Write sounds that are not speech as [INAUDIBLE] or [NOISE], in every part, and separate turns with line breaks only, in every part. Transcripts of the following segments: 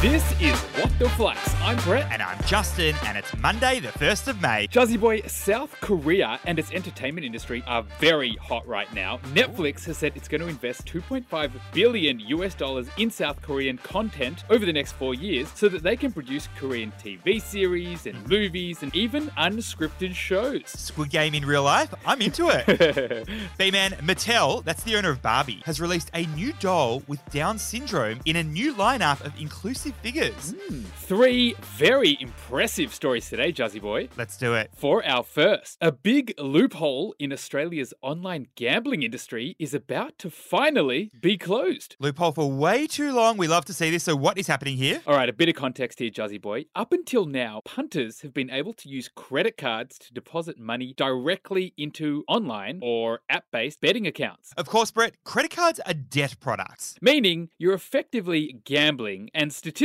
This is What the Flux. I'm Brett.
And I'm Justin, and it's Monday, the 1st of May.
Jazzy Boy, South Korea and its entertainment industry are very hot right now. Netflix has said it's going to invest 2.5 billion US dollars in South Korean content over the next four years so that they can produce Korean TV series and movies and even unscripted shows. [LAUGHS]
Squid Game in real life? I'm into it. B Man, Mattel, that's the owner of Barbie, has released a new doll with Down syndrome in a new lineup of inclusive figures.
Three very impressive stories today, Jazzy Boy.
Let's do it.
For our first, a big loophole in Australia's online gambling industry is about to finally be closed.
Loophole for way too long. We love to see this. So, what is happening here?
All right, a bit of context here, Juzzy Boy. Up until now, punters have been able to use credit cards to deposit money directly into online or app based betting accounts.
Of course, Brett, credit cards are debt products.
Meaning, you're effectively gambling and statistically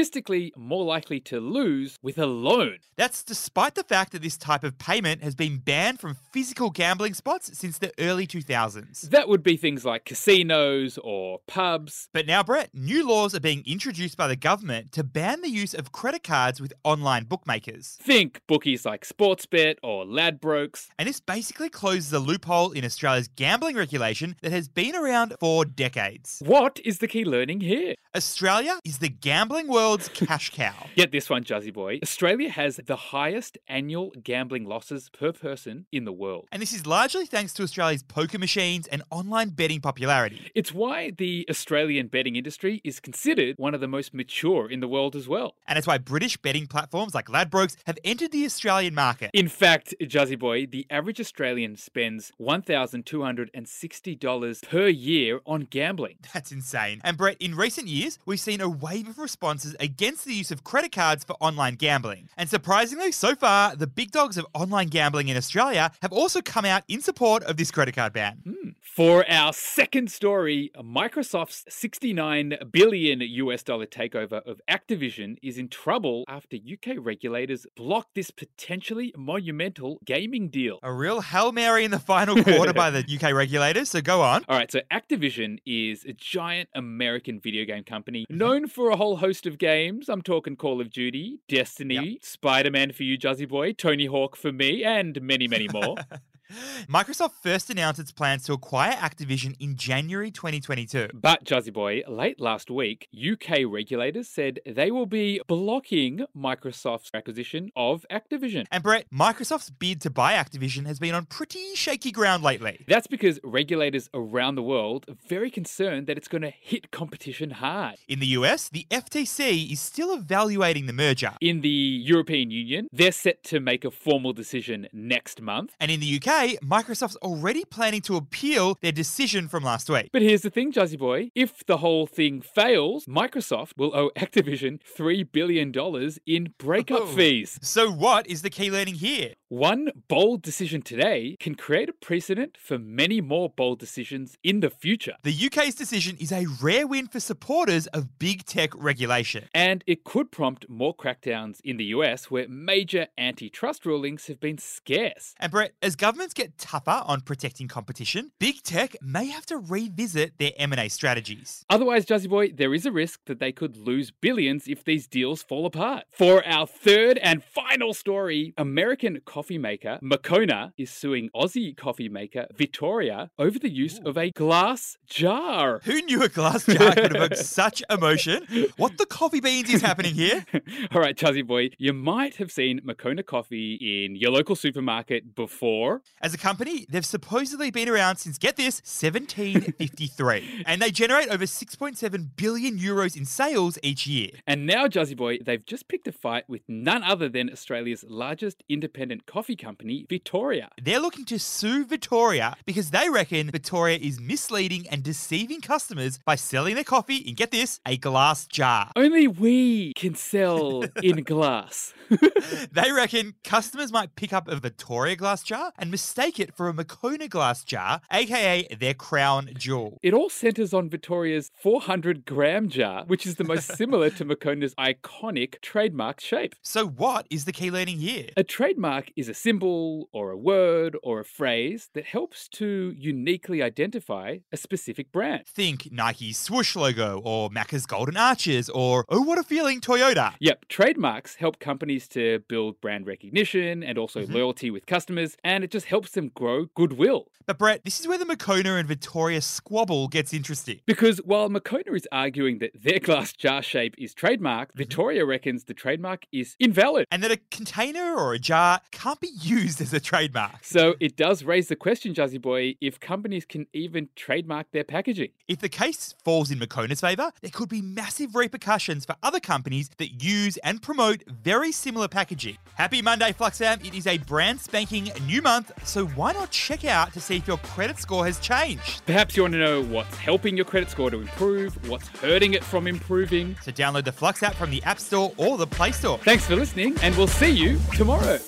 more likely to lose with a loan.
That's despite the fact that this type of payment has been banned from physical gambling spots since the early 2000s.
That would be things like casinos or pubs.
But now, Brett, new laws are being introduced by the government to ban the use of credit cards with online bookmakers.
Think bookies like Sportsbet or Ladbrokes.
And this basically closes a loophole in Australia's gambling regulation that has been around for decades.
What is the key learning here?
Australia is the gambling world's cash cow.
Get this one, Juzzy Boy. Australia has the highest annual gambling losses per person in the world.
And this is largely thanks to Australia's poker machines and online betting popularity.
It's why the Australian betting industry is considered one of the most mature in the world as well.
And it's why British betting platforms like Ladbrokes have entered the Australian market.
In fact, Juzzy Boy, the average Australian spends $1,260 per year on gambling.
That's insane. And Brett, in recent years, we've seen a wave of responses against the use of credit cards for online gambling. And surprisingly, so far, the big dogs of online gambling in Australia have also come out in support of this credit card ban.
For our second story, Microsoft's 69 billion US dollar takeover of Activision is in trouble after UK regulators blocked this potentially monumental gaming deal.
A real Hail Mary in the final quarter by the UK regulators, so go on.
All right, so Activision is a giant American video game company known for a whole host of games. I'm talking Call of Duty, Destiny, Spider Man for you, Juzzy Boy, Tony Hawk for me, and many, many more.
Microsoft first announced its plans to acquire Activision in January 2022.
But, Juzzy Boy, late last week, UK regulators said they will be blocking Microsoft's acquisition of Activision.
And Brett, Microsoft's bid to buy Activision has been on pretty shaky ground lately.
That's because regulators around the world are very concerned that it's going to hit competition hard.
In the US, the FTC is still evaluating the merger.
In the European Union, they're set to make a formal decision next month.
And in the UK, Microsoft's already planning to appeal their decision from last week.
But here's the thing, Jazzy Boy. If the whole thing fails, Microsoft will owe Activision $3 billion in breakup
Oh.
fees.
So, what is the key learning here?
One bold decision today can create a precedent for many more bold decisions in the future.
The UK's decision is a rare win for supporters of big tech regulation.
And it could prompt more crackdowns in the US where major antitrust rulings have been scarce.
And Brett, as governments get tougher on protecting competition, big tech may have to revisit their M&A strategies.
Otherwise, Jazzy Boy, there is a risk that they could lose billions if these deals fall apart. For our third and final story, American coffee maker Makona is suing Aussie coffee maker Vittoria over the use of a glass jar.
Who knew a glass jar could evoke such emotion? What the coffee beans is happening here?
[LAUGHS] All right, Jazzy Boy, you might have seen Makona coffee in your local supermarket before.
As a company, they've supposedly been around since, get this, 1753. and they generate over 6.7 billion euros in sales each year.
And now, Jazzy Boy, they've just picked a fight with none other than Australia's largest independent coffee company, Victoria.
They're looking to sue Victoria because they reckon Victoria is misleading and deceiving customers by selling their coffee in, get this, a glass jar.
Only we can sell in glass.
They reckon customers might pick up a Victoria glass jar and mistake it for a Makona glass jar, aka their crown jewel.
It all centers on Victoria's 400 gram jar, which is the most similar to Makona's iconic trademark shape.
So, what is the key learning here?
A trademark is a symbol or a word or a phrase that helps to uniquely identify a specific brand.
Think Nike's swoosh logo or Macca's golden arches or Oh What a Feeling Toyota.
Yep, trademarks help companies to build brand recognition and also
Mhm.
loyalty with customers, and it just helps them grow goodwill.
But Brett, this is where the Makona and Victoria squabble gets interesting.
Because while Makona is arguing that their glass [LAUGHS] jar shape is trademark, Victoria reckons the trademark is invalid.
And that a container or a jar can't be used as a trademark.
So it does raise the question, Jazzy Boy, if companies can even trademark their packaging.
If the case falls in Makona's favour, there could be massive repercussions for other companies that use and promote very similar packaging. Happy Monday, Fluxam. It is a brand spanking new month, so why not check out to see if your credit score has changed?
Perhaps you want to know what's helping your credit score to improve, what's hurting it from improving.
So download the Flux app from the App Store or the Play Store.
Thanks for listening, and we'll see you tomorrow.